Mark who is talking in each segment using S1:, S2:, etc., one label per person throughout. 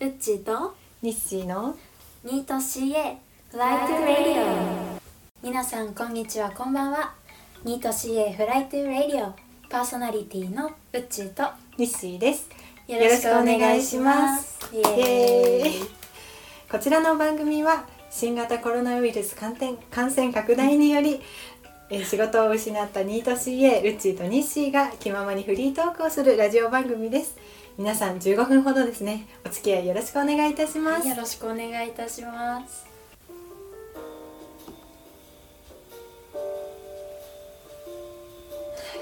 S1: うっちーと
S2: 日誌の
S1: ニート CA フライトレディオ皆さんこんにちはこんばんはニート CA フライトレディオパーソナリティのうっちーと
S2: 日誌です
S1: よろしくお願いしますイエ
S2: イエ
S1: ー
S2: ーイこちらの番組は新型コロナウイルス感染感染拡大により、えー仕事を失ったニート CA ウッチーとニッシーが気ままにフリートークをするラジオ番組です皆さん15分ほどですねお付き合いよろしくお願いいたします
S1: よろしくお願いいたします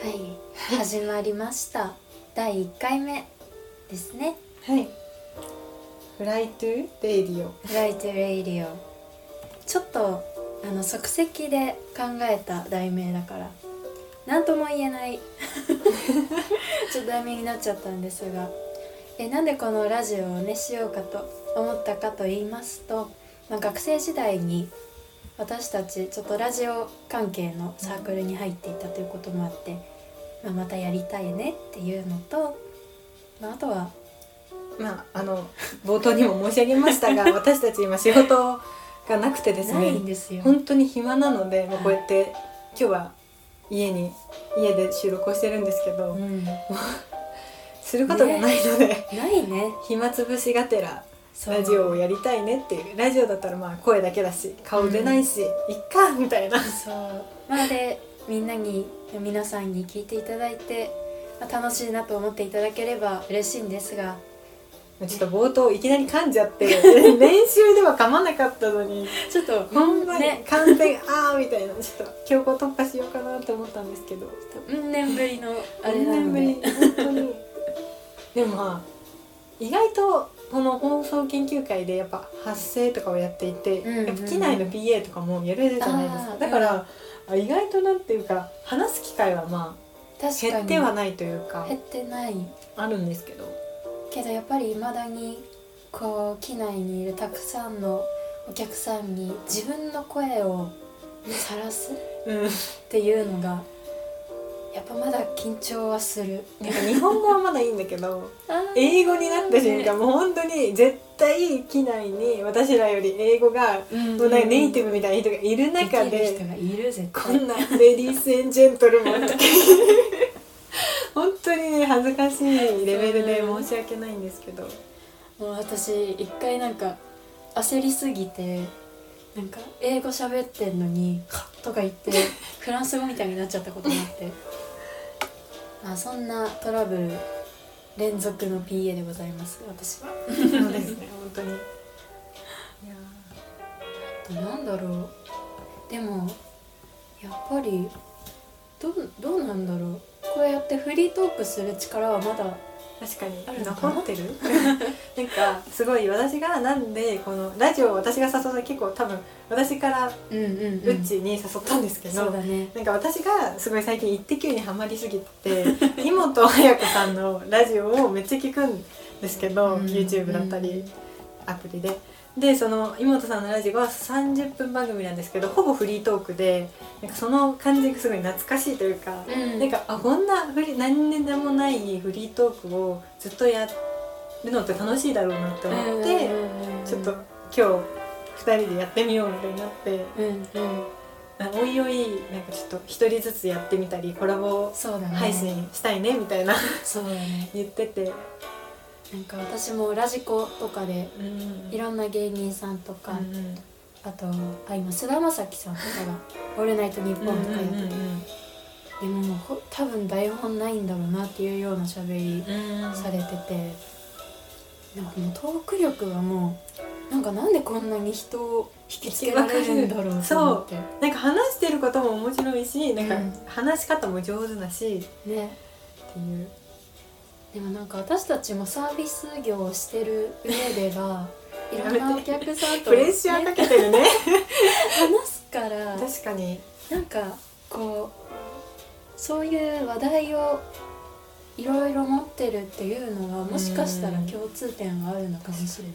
S1: はい始まりました第一回目ですね
S2: はいフライトゥレイディオ
S1: フライトレイディオちょっとあの即席で考えた題名だから何とも言えない ちょっと題名になっちゃったんですがえなんでこのラジオをねしようかと思ったかと言いますと、まあ、学生時代に私たちちょっとラジオ関係のサークルに入っていたということもあって、まあ、またやりたいねっていうのと、まあ、あとは
S2: まああの冒頭にも申し上げ ましたが私たち今仕事がなくてです
S1: ない
S2: ね
S1: んですよ。
S2: 本当に暇なので、もう
S1: はい
S2: こうやって今日は家に家で収録をしてるんですけど、
S1: うん、な
S2: することがないので、
S1: いね
S2: 暇つぶしがてら
S1: そう
S2: ラジオをやりたいねっていうラジオだったらまあ声だけだし顔出ないし、いっかみたいな
S1: そうまあでみんなに皆さんに聞いていただいて、まあ、楽しいなと思っていただければ嬉しいんですが
S2: ちょっと冒頭いきなり噛んじゃ って練習では噛まなかったのに
S1: ちょっと
S2: ほんまに
S1: ね
S2: 完全にあーみたいなちょっと強行突破しようかなと思ったんですけど
S1: うん年ぶりのあれ
S2: 何
S1: なの
S2: 年ぶ
S1: で
S2: り本当にでもまあ意外とこの放送研究会でやっぱ発声とかをやっていて、
S1: うんうんうん
S2: やっぱ機内の PA とかもやれるじゃないです
S1: あ
S2: か
S1: ー
S2: だから、あ意外となんていうか話す機会はまあ
S1: 確かに
S2: 減ってはないというか
S1: 減ってない
S2: あるんですけど
S1: けどやっぱりいまだにこう機内にいるたくさんのお客さんに自分の声をさらすっ
S2: うんなんか
S1: ていうのがやっぱまだ緊張はする
S2: 日本語はまだいいんだけど
S1: あー
S2: 英語になった瞬
S1: ね
S2: 間もう本当に絶対機内に私らより英語が
S1: うん
S2: もうなんかネイティブみたいな人がいる中
S1: できる
S2: で
S1: 人がいる絶対
S2: こんなレディース・エン・ジェントルマンとか本当にね恥ずかしいレベルで申し訳ないんですけど
S1: もう私一回なんか焦りすぎてなんか英語喋ってんのに「カッ」とか言ってフランス語みたいになっちゃったこともあ ってまあそんなトラブル連続の PA でございます私は
S2: そうですね本当にいや
S1: あとなんだろうでもやっぱりどうどうなんだろうこうやってフリートークする力はまだ
S2: 確か
S1: あ
S2: に
S1: るの
S2: 残
S1: かな
S2: ってる なんかすごい私がなんでこのラジオを私が誘った結構多分私から
S1: うんうん
S2: うっちーに誘ったんですけど、
S1: そうだね
S2: なんか私がすごい最近「イッテ Q!」にハマりすぎ て妹彩子さんのラジオをめっちゃ聞くんですけど、
S1: うん
S2: YouTube だったりアプリで。でその妹さんのラジオは30分番組なんですけどほぼフリートークでなんかその感じがすごい懐かしいというか、
S1: うん
S2: なんかあこんなフリ何年でもないフリートークをずっとやるのって楽しいだろうなって思って、ちょっと今日2人でやってみようみたいになって。
S1: うんうん
S2: あおいおいなんかちょっと一人ずつやってみたりコラボ
S1: そうだね
S2: 配信したいねみたいな
S1: そうだね
S2: 言ってて、
S1: なんか私もラジコとかで
S2: うん
S1: いろんな芸人さんとか、
S2: うんうん
S1: あとあ今菅田将暉さんとかが「オールナイトニッポン」とかやってて、でももうほ多分台本ないんだろうなっていうような喋り
S2: うん
S1: されてて、なんかもうトーク力はもうなんかなんでこんなに人を引きつけられるんだろうと思って
S2: なんか話してることも面白いしなん
S1: うん
S2: か話し方も上手だし
S1: ね
S2: っていう、
S1: でもなんか私たちもサービス業をしてる上で はいろんなお客さんと、
S2: プレッシャーかけて るね
S1: 話すから
S2: 確かに
S1: なんかこうそういう話題をいろいろ持ってるっていうのはもしかしたら共通点があるのかもしれない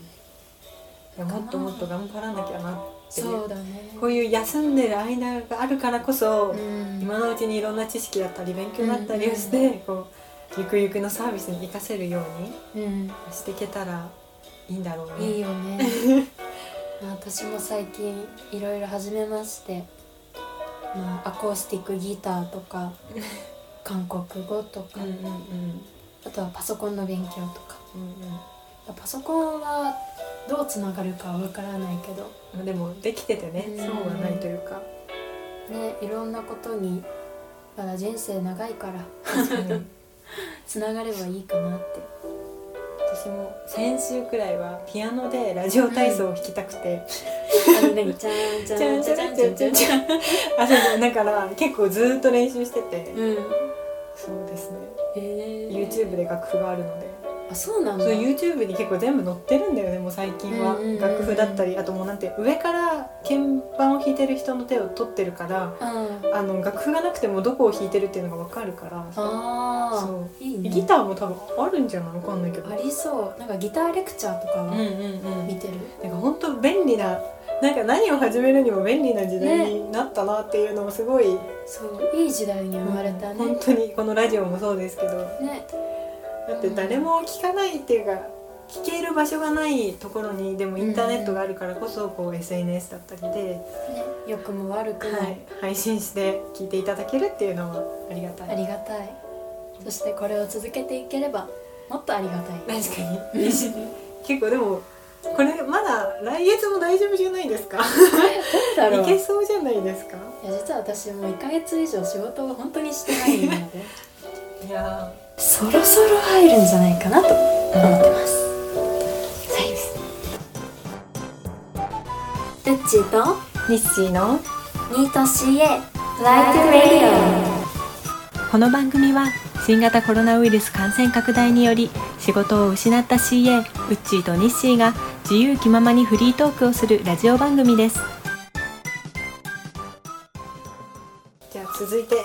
S2: いやもっともっと頑張らなきゃなっていう
S1: そうだね
S2: こういう休んでる間があるからこそ、
S1: うん
S2: 今のうちにいろんな知識だったり勉強だったりをして、こうゆくゆくのサービスに活かせるように
S1: うん
S2: していけたらいいんだろうね
S1: いいよねまあ私も最近いろいろ始めまして、まあ、アコースティックギターとか韓国語と
S2: う
S1: か、
S2: んうんうん
S1: あとはパソコンの勉強とか
S2: うんうん
S1: パソコンはどうつながるかはわからないけど
S2: まあでもできててね
S1: うん
S2: 損はないというか
S1: ねいろんなことにまだ人生長いから
S2: うん
S1: つながればいいかなって
S2: 私も先週くらいはピアノでラジオ体操を弾きたくて、
S1: あの 何ちゃんちゃんちゃんちゃんちゃんちゃんちゃん
S2: あそうだから結構ずーっと練習してて、
S1: うん
S2: そうですね
S1: え
S2: YouTube で楽譜があるので、
S1: あそうなんだ
S2: そう YouTube に結構全部載ってるんだよねもう最近は、
S1: うんうんうんうん
S2: 楽譜だったりあともうなんて上から鍵盤を弾いてる人の手を取ってるから
S1: うん
S2: あの楽譜がなくてもどこを弾いてるっていうのがわかるから
S1: ああ
S2: そ
S1: いいうね
S2: ギターも多分あるんじゃないわかんないけど
S1: ありそうなんかギターレクチャーとか
S2: うん
S1: は
S2: うんうん
S1: 見てる、
S2: なんか本当便利ななんか何を始めるにも便利な時代
S1: ね
S2: になったなっていうのもすごい、
S1: そういい時代に生まれたね、
S2: 本当にこのラジオもそうですけどだ
S1: ね
S2: って誰も聞かないっていうか聞ける場所がないところにでもインターネットがあるからこそこう SNS だったりで、
S1: ね良くも悪くも、
S2: はい、配信して聞いていただけるっていうのはありがたい
S1: ありがたいそしてこれを続けていければもっとありが たい
S2: 確かに 結構でもこれまだ来月も大丈夫じゃないですか
S1: だろ
S2: いうけそうじゃないですか
S1: いや実は私もう1ヶ月以上仕事を本当にしてないので
S2: いや
S1: そろそろ入るんじゃないかなと思ってますはいルッチーと
S2: 日誌の
S1: ニート CA ライトレディ
S2: この番組は新型コロナウイルス感染拡大により仕事を失った CA ウッチーとニッシーが自由気ままにフリートークをするラジオ番組ですじゃあ続いて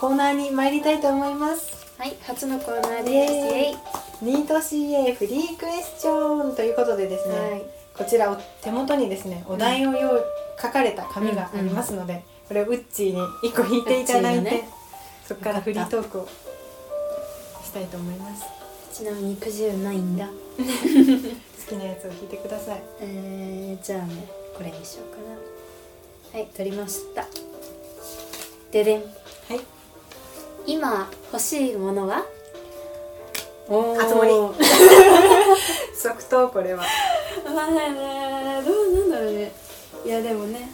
S2: コーナーに参りたいと思います
S1: オはい初のコーナーです
S2: イエー
S1: イ
S2: イ
S1: エイ
S2: ニート CA フリークエスチョンということでですね、
S1: はい
S2: こちらを手元にですねお題を用書かれた紙がありますので、これをウッチーに一個引いていただい
S1: ウッ
S2: て、
S1: チーのね
S2: そこからフリートークをしたいと思います
S1: ちなみにくじゅうないんだ
S2: 好きなやつを引いてください
S1: えー、じゃあねこれにしようかなはい取りましたででん
S2: はい
S1: 今欲しいものはお
S2: 熱盛即答これは
S1: まあねどうなんだろうねいやでもね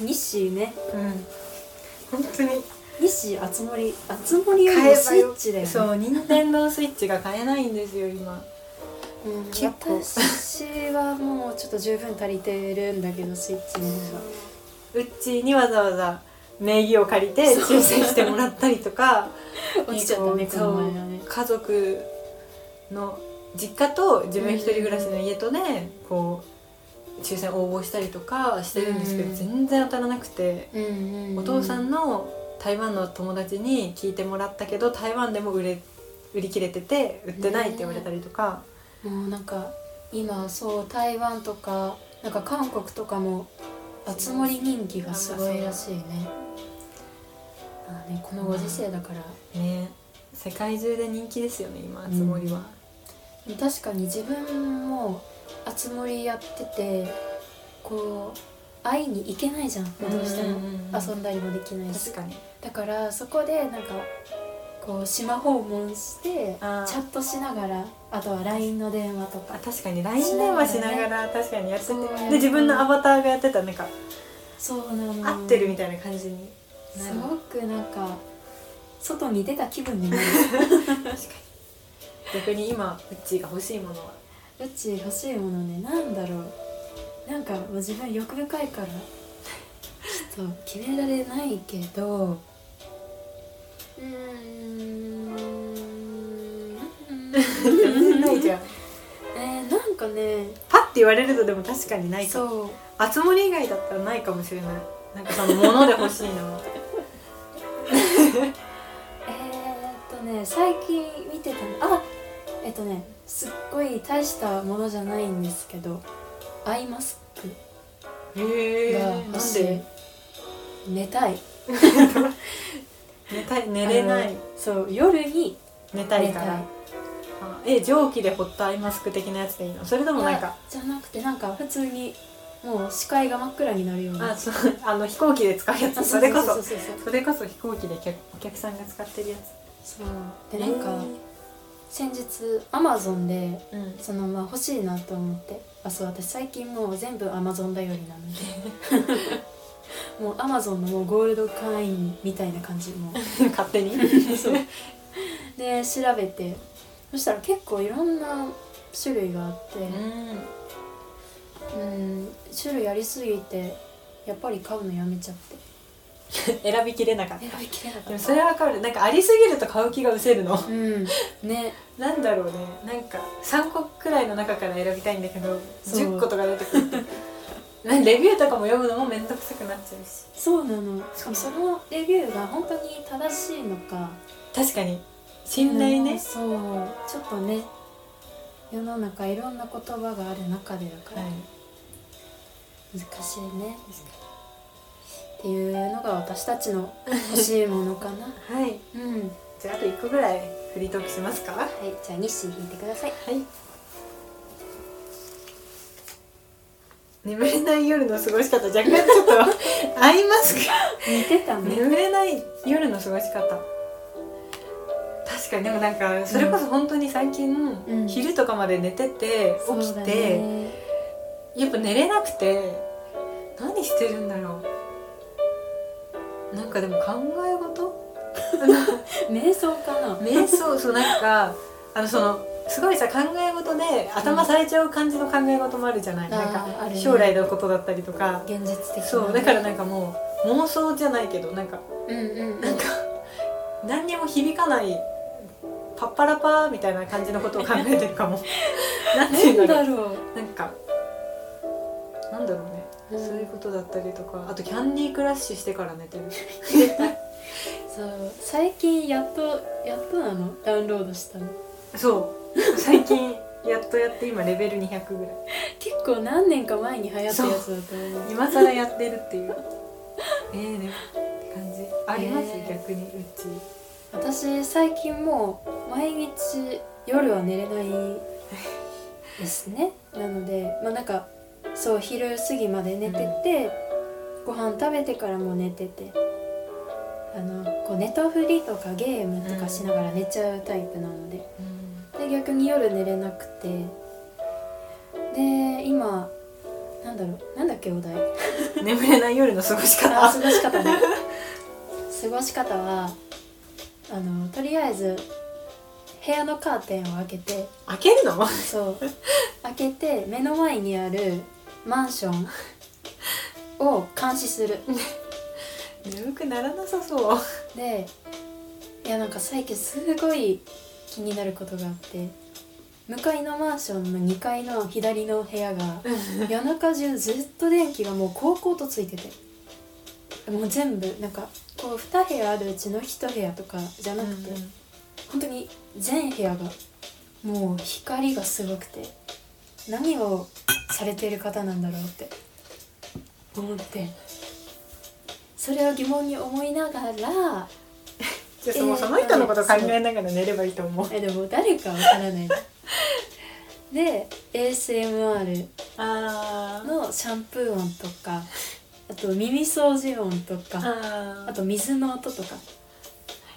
S1: 日誌ね
S2: うん本当に
S1: 日誌熱盛熱盛よりも
S2: 買えば
S1: スイッ
S2: よ
S1: チだよね
S2: そう任天堂スイッチが買えないんですよ今
S1: うん、
S2: 結構
S1: 私はもうちょっと十分足りてるんだけどスイッチの方が
S2: ウッチーにわざわざ名義を借りて抽選してもらったりとか
S1: 落ちちゃったねこの前はね
S2: そう家族の実家と自分一人暮らしの家とねこう抽選応募したりとかしてるんですけど、
S1: うん
S2: 全然当たらなくて、
S1: うんうんうん
S2: お父さんの台湾の友達に聞いてもらったけど台湾でも売れ売り切れてて売ってないって言われたりとか、
S1: もうなんか今そう台湾とかなんか韓国とかも熱盛人気がすごいらしいね。まあねこのご時世だから、
S2: ね世界中で人気ですよね今つもりは、
S1: 確かに自分も熱盛やっててこう会いに行けないじゃんどうしても
S2: うんうんうん
S1: 遊んだりもできないし
S2: 確かに
S1: だからそこでなんかこう島訪問してチ
S2: あ
S1: ャ
S2: ー
S1: ットしながらあとは LINE の電話と
S2: あ
S1: か
S2: 確かに LINE 電話しながら確かにやってて、
S1: そうやね
S2: で自分のアバターがやってたなんか
S1: そうなの
S2: 合ってるみたいな感じにな
S1: す
S2: る
S1: ごくなんか外に出た気分に なる
S2: 逆に今うっちーが欲しいものは
S1: うち欲しいものねなんだろうなんかもう自分欲深いからちょっと決められないけどうーん
S2: 全然ないじゃん
S1: えー、なんかね
S2: パッて言われるとでも確かにないかも
S1: そう
S2: あつ森以外だったらないかもしれないなんかその物で欲しいな
S1: えー、っとね最近見てたのあえっとねすっごい大したものじゃないんですけどアイマスク
S2: へ
S1: が
S2: え
S1: 欲
S2: なん
S1: しい、
S2: で
S1: 寝たい
S2: 寝たい寝れな
S1: あ
S2: い
S1: のそう夜に
S2: 寝た
S1: 寝
S2: い
S1: た
S2: か
S1: い
S2: らあえ蒸気でホットアイマスク的なやつでいいのそれともなん
S1: いや
S2: か
S1: じゃなくてなんか普通にもう視界が真っ暗になるような
S2: あそうあの飛行機で使うや
S1: あ
S2: つそれこ
S1: う
S2: そう
S1: そうそう
S2: それこそ飛行機で客お客さんが使ってるや
S1: そう
S2: つ
S1: でなんか先日アマゾンで
S2: えーうん
S1: そのまあ欲しいなと思ってあそう私最近もう全部アマゾン頼りなので もうアマゾンのもうゴールド会員みたいな感じもう
S2: 勝手に
S1: そうで調べてそしたら結構いろんな種類があって
S2: うん
S1: うん種類ありすぎてやっぱり買うのやめちゃって
S2: 選びきれなかった
S1: 選びきれな
S2: で
S1: か
S2: も
S1: っ
S2: それはわかるなんかありすぎると買う気が失せるの
S1: たうんね
S2: なんだろうねなんか3個くらいの中から選びたいんだけど
S1: そう
S2: 10個と か出てくるとなレビューとかも読むのも面倒くさくなっちゃうし
S1: そうなのしかもそのレビューが本当に正しいのか
S2: 確かに信頼
S1: うん
S2: ね、
S1: そうちょっとね世の中いろんな言葉がある中でだから
S2: はい
S1: 難しいねっていうのが私たちの欲しいものかな
S2: はい
S1: うんはい
S2: じゃああと1個ぐらいフリートークしますかは
S1: じゃあ日誌引いてくだ さい
S2: い眠れない夜の過ごし方若干ちょっと アイマスク
S1: 似てたね
S2: 眠れない夜の過ごし方確かにでもなんかそれこそ本当に最近、
S1: ん
S2: 昼とかまで寝てて起
S1: そう
S2: き
S1: だ
S2: て、
S1: ね
S2: やっぱ寝れなくて何してるんだろうなんかでも考え事
S1: 瞑想かな
S2: 瞑想そうなんかあのそのすごいさ考え事で頭されちゃう感じの考え事もあるじゃない、
S1: あー
S2: なん
S1: あ
S2: か
S1: るね
S2: 将来のことだったりとか、
S1: 現実的な
S2: そうだからなんかもう妄想じゃないけどなんか
S1: うんうんうん
S2: なんか何にも響かないパッパラパーみたいな感じのことを考えてる かもなんてい
S1: な
S2: うんんだ
S1: だ
S2: ろ
S1: ろ
S2: うなんかなんだろうね
S1: う
S2: そういうことだったりとかあとキャンディークラッシュしてから寝てる
S1: そう最近やっとやっとなのダウンロードしたの
S2: そう最近 やっとやって今レベル200ぐらい
S1: 結構何年か前に流行ったやつだと思う
S2: 今更やってるっ ていうええねって感じあります、
S1: えー
S2: 逆にうち
S1: 私最近もう毎日夜は寝れないです ねなのでまあなんかそう昼過ぎまで寝てて、ご飯食べてからも寝ててあのこうネトフリとかゲームとかしながら寝ちゃうタイプなので、で逆に夜寝れなくてで今なんだろうなんだっけお題
S2: 眠れない夜の過ごし
S1: あ
S2: 方
S1: 過ごし方ね過ごし方はあのとりあえず部屋のカーテンを開けて
S2: 開けるの
S1: そう開けて目の前にあるマンションを監視する
S2: 眠くならなさそう
S1: でいやなんか最近すごい気になることがあって向かいのマンションの2階の左の部屋が夜中中ずっと電気がもうこうこうとついててもう全部なんかこう2部屋あるうちの1部屋とかじゃなくて、本当に全部屋がもう光がすごくて何をされている方なんだろうって思ってそれを疑問に思いながら
S2: じゃあ
S1: えー
S2: そのその人のこと考えながら寝ればいいと思う
S1: えでも誰かわからないで ASMR
S2: あー
S1: のシャンプー音とかあと耳掃除音とか
S2: あ
S1: あと水の音とか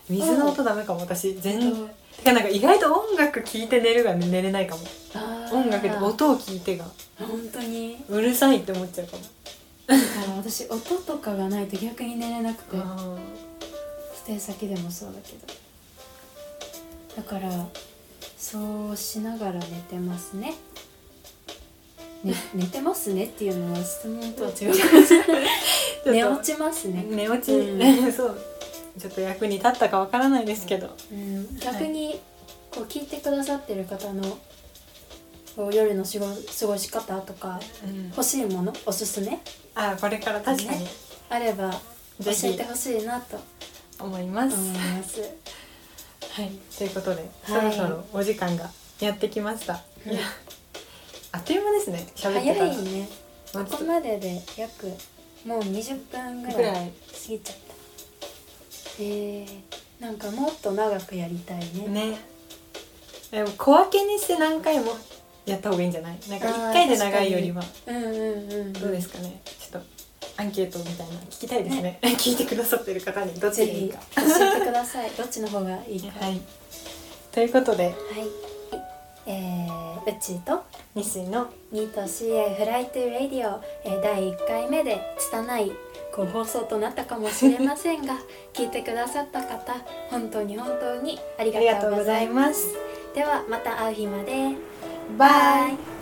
S2: 水の音ダメかも私全然
S1: うん
S2: てかなんか意外と音楽聴いて寝るが寝れないかも
S1: あー
S2: 音楽で音を聞いてが
S1: 本当に
S2: うるさいって思っちゃうかも
S1: だから私音とかがないと逆に寝れなくてステイ先でもそうだけどだからそうしながら寝てますねね寝てますねっていうのは質問とは 違う
S2: と
S1: 寝落ちますね、
S2: 寝落ち、
S1: う
S2: そうちょっと役に立ったかわからないですけど、
S1: うん、逆に、こう聞いてくださってる方のこう夜のしご過ごし方とか欲しいものおすすめ
S2: あーこれから確かに
S1: ねあれば教
S2: ぜひ
S1: えてほしいなと
S2: 思います、
S1: 思い ます
S2: はいということで、そろそろお時間がやってきました、
S1: うん
S2: いやあっという間ですね喋ってた
S1: 早
S2: ら
S1: いね
S2: まあち
S1: こ
S2: ょ
S1: こ
S2: っ
S1: とまでで約もう20分ぐ
S2: ぐ
S1: らい
S2: らい
S1: 過ぎちゃったえー、なんかもっと長くやりたいね
S2: ねでも小分けにして何回もやった方がいいんじゃないなんか
S1: あー
S2: 1回で長いよりは
S1: うんうんうん
S2: どうですかねちょっとアンケートみたいなの聞きたいですね 聞いてくださってる方にどっち
S1: ぜ
S2: がいい
S1: ひ
S2: か。
S1: 教えてくださいどっちの方がいいか
S2: はい、ということで
S1: はいえー、うちと
S2: 西の
S1: ニート CA フライトゥーレディオ、えー第1回目で拙いご放送となったかもしれませんが聞いてくださった方本当に本当にありがとうございます
S2: あ
S1: ではまた会う日まで
S2: バイ